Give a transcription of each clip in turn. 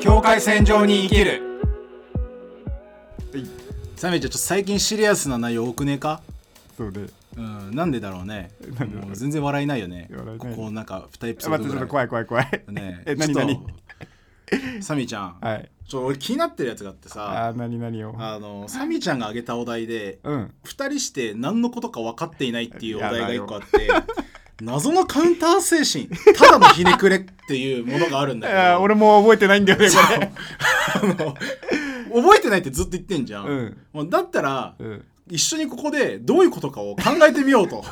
境界線上に生きるサメちゃんちょっと最近シリアスな内容多くねえかそうでうんなんでだろうねなんでだろうもう全然笑えないよね笑えないここなんか2エピソー待っドてちょぐっらとい怖い怖い怖い、ね え何何何サミちゃん、はいちょ俺気になってるやつがあってさあー何何をあのサミちゃんが挙げたお題でうん2人して何のことか分かっていないっていうお題やがだ1よ個あって謎のカウンター精神ただのひねくれっていうものがあるんいだけやど俺も覚えてないんだよねこれあの覚えてないってずっと言ってんじゃん、うんもうだったら、うん一緒にここでどういうことかを考えてみようと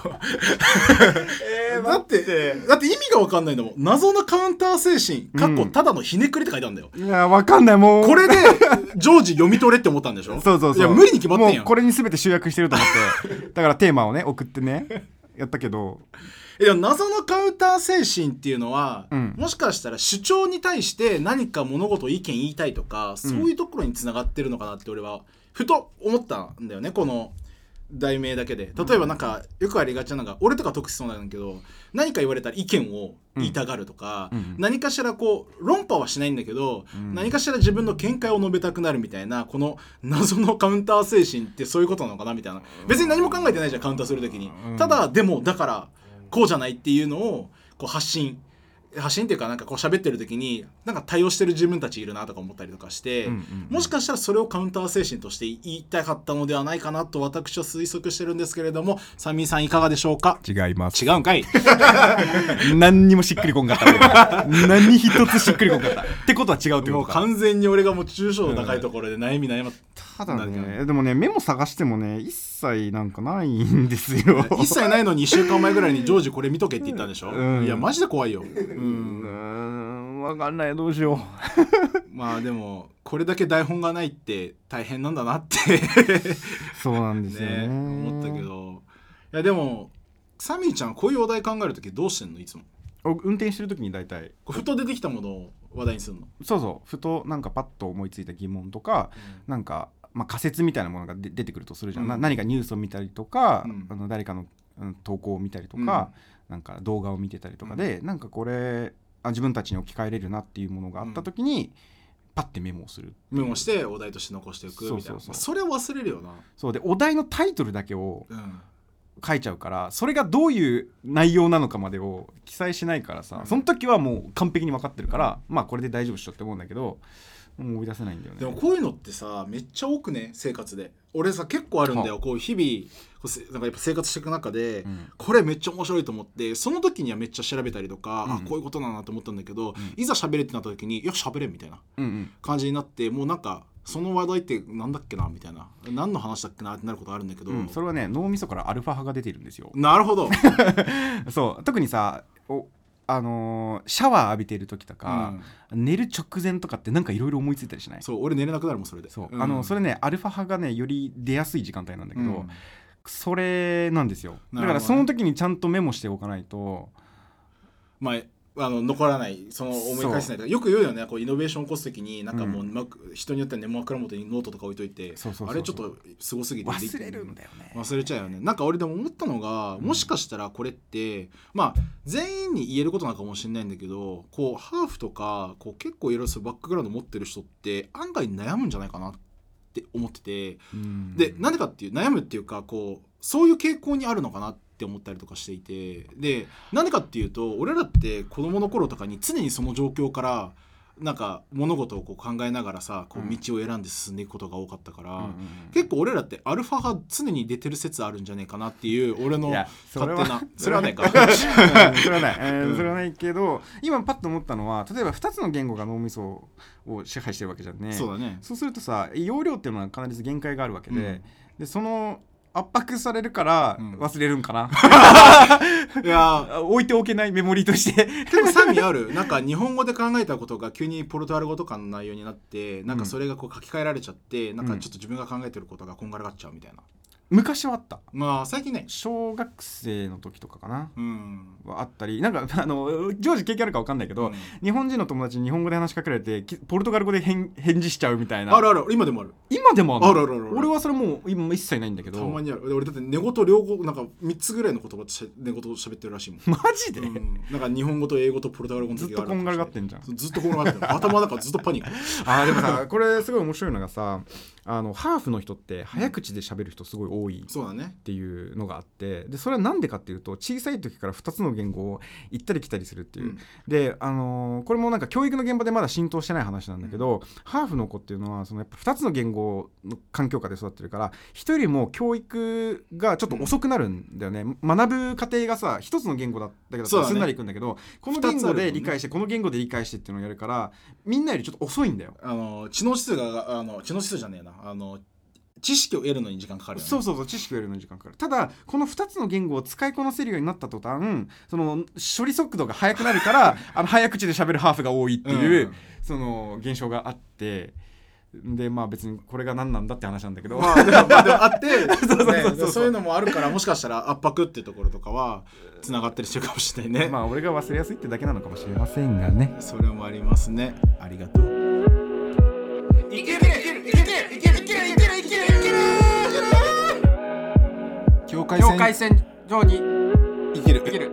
えだってだって意味が分かんないんだもん謎のカウンター精神かっこうんただのひねくれって書いてあるんだよ、いやわかんないもうこれ で常時読み取れって思ったんでしょそうそうそういや無理に決まってんやもんうこれに全て集約してると思ってだからテーマをね送ってねやったけどいや謎のカウンター精神っていうのは、うんもしかしたら主張に対して何か物事を意見言いたいとか、そういうところにつながってるのかなって俺はふと思ったんだよねこの題名だけで例えばなんか、よくありがちなのが俺とか特殊そうなんだけど何か言われたら意見を言いたがるとか、うんうん何かしらこう論破はしないんだけど、ん何かしら自分の見解を述べたくなるみたいなこの謎のカウンター精神ってそういうことなのかなみたいな別に何も考えてないじゃんカウンターするときに、うんただでもだからこうじゃないっていうのをこう発信発信っていうかなんかこう喋ってる時になんか対応してる自分たちいるなとか思ったりとかして、うんうんうんもしかしたらそれをカウンター精神として言いたかったのではないかなと私は推測してるんですけれどもサミーさんいかがでしょうか違いま違うんかい何にもしっくりこんかった俺何一つしっくりこんかったってことは違うってこもとうか完全に俺がもう中小の高いところで悩み悩ま、ただなんねでもねメモ探してもね一切なんかないんですよ一切ないのに1週間前ぐらいにジョージこれ見とけって言ったんでしょ、うんいやマジで怖いよ、う、うんんわかんないどうしよまあでもこれだけ台本がないって大変なんだなってうそうなんですよねね思ったけどいやでもサミーちゃんこういうお題考える時どうしてんのいつもお運転してる時に大体こうふと出てきたものを話題にするの、そうそうふとなんかパッと思いついた疑問とかなんか、まあ、仮説みたいなものがで出てくるとするじゃん、なうん何かニュースを見たりとか、うんあの誰かの、うん投稿を見たりとか、なんか動画を見てたりとかで、なんかこれあ自分たちに置き換えれるなっていうものがあった時に、パッてメモをするメモしてお題として残しておくみたいなそうそうそうれ忘れるよな、そうでお題のタイトルだけをうん、書いちゃうからそれがどういう内容なのかまでを記載しないからさ、うんその時はもう完璧に分かってるから、まあこれで大丈夫っしょって思うんだけどもう思い出せないんだよねでもこういうのってさめっちゃ多くね生活で俺さ結構あるんだよこう日々こうせなんかやっぱ生活していく中で、うんこれめっちゃ面白いと思ってその時にはめっちゃ調べたりとか、あうんこういうことだなと思ったんだけど、んいざ喋れってなった時にいや喋れんみたいなうんうん感じになってもうなんかその話題ってなんだっけなみたいな何の話だっけなってなることあるんだけど、うん、それはね脳みそからアルファ波が出てるんですよなるほどそう特にさおあのーシャワー浴びてる時とか、寝る直前とかってなんかいろいろ思いついたりしないそう俺寝れなくなるもんそれでそう、んあのそれねアルファ波がねより出やすい時間帯なんだけど、うんそれなんですよだなるほどねからその時にちゃんとメモしておかないとまああの残らないその思い返せないとかよく言うよねこうイノベーション起こす時になんかもう、うまく人によってはね枕元にノートとか置いといてそうそうそうそうあれちょっとすごすぎてでき忘れるんだよね忘れちゃうよねなんか俺でも思ったのが、んもしかしたらこれってまあ全員に言えることなのかもしれないんだけどこうハーフとかこう結構いろいろそういうバックグラウンド持ってる人って案外悩むんじゃないかなって思っててうんでなんでかっていう悩むっていうかこうそういう傾向にあるのかなって思ったりとかしていてでなんでかっていうと俺らって子どもの頃とかに常にその状況からなんか物事をこう考えながらさこうんう道を選んで進んでいくことが多かったから。うんうん結構俺らってアルファが常に出てる説あるんじゃねえかなっていう俺のいや勝 それは手なそれはない かうんそれはない、えーうんそれはないけど今パッと思ったのは例えば2つの言語が脳みそを支配してるわけじゃんねそうだねそうするとさ容量っていうのは必ず限界があるわけで、うんでその圧迫されるからうん忘れるんかな、いやあ 置いておけないメモリーと して結構賛味あるなんか日本語で考えたことが急にポルトガル語とかの内容になってなんかそれがこう書き換えられちゃってなんかちょっと自分が考えてることがこんがらがっちゃうみたいな 昔はあったまあ最近ね小学生の時とかかなうんはあったりなんかあの常時経験あるか分かんないけど、うん日本人の友達に日本語で話しかけられてきポルトガル語で返返事しちゃうみたいなあるある今でもある今でもあんのあるあるあるある俺はそれもう今一切ないんだけたどまにある俺だって寝言両方なんか3つぐらいの言葉でしゃ寝言喋ってるらしいもんマジで、うんなんか日本語と英語とポルトガル語のずっ時とこんがらがってるんじゃんずっとこんがらがってる頭だからずっとパニック あーでもさこれすごい面白いのがさあのハーフの人って早口で喋る人すごい多いそうだねっていうのがあってでそれはなんでかっていうと小さい時から2つの言語を行ったり来たりするっていう、うんで、あのーこれもなんか教育の現場でまだ浸透してない話なんだけど、ハーフの子っていうのはそのやっぱ2つの言語の環境下で育ってるから人よりも教育がちょっと遅くなるんだよね、学ぶ過程がさ1つの言語だったけどそうだねすんなりいくんだけどこの二つあるも言んね語で理解して、この言語で理解してっていうのをやるからみんなよりちょっと遅いんだよ。あの知能指数があの知能指数じゃねえなあの知識を得るのに時間かかるよねそうそうそう知識を得るのに時間かかるただこの2つの言語を使いこなせるようになった途端その処理速度が速くなるからあの早口で喋るハーフが多いっていう、うんその現象があってでまあ別にこれが何なんだって話なんだけど、まあでもまあでもあって ねそうそうそうそういうのもあるからもしかしたら圧迫っていうところとかはつながったりしてるかもしれないね、まあ俺が忘れやすいってだけなのかもしれませんがねそれもありますねありがとういけるいけるいけるいけるいけるいけるいけるいける境界境界線上に生きるいける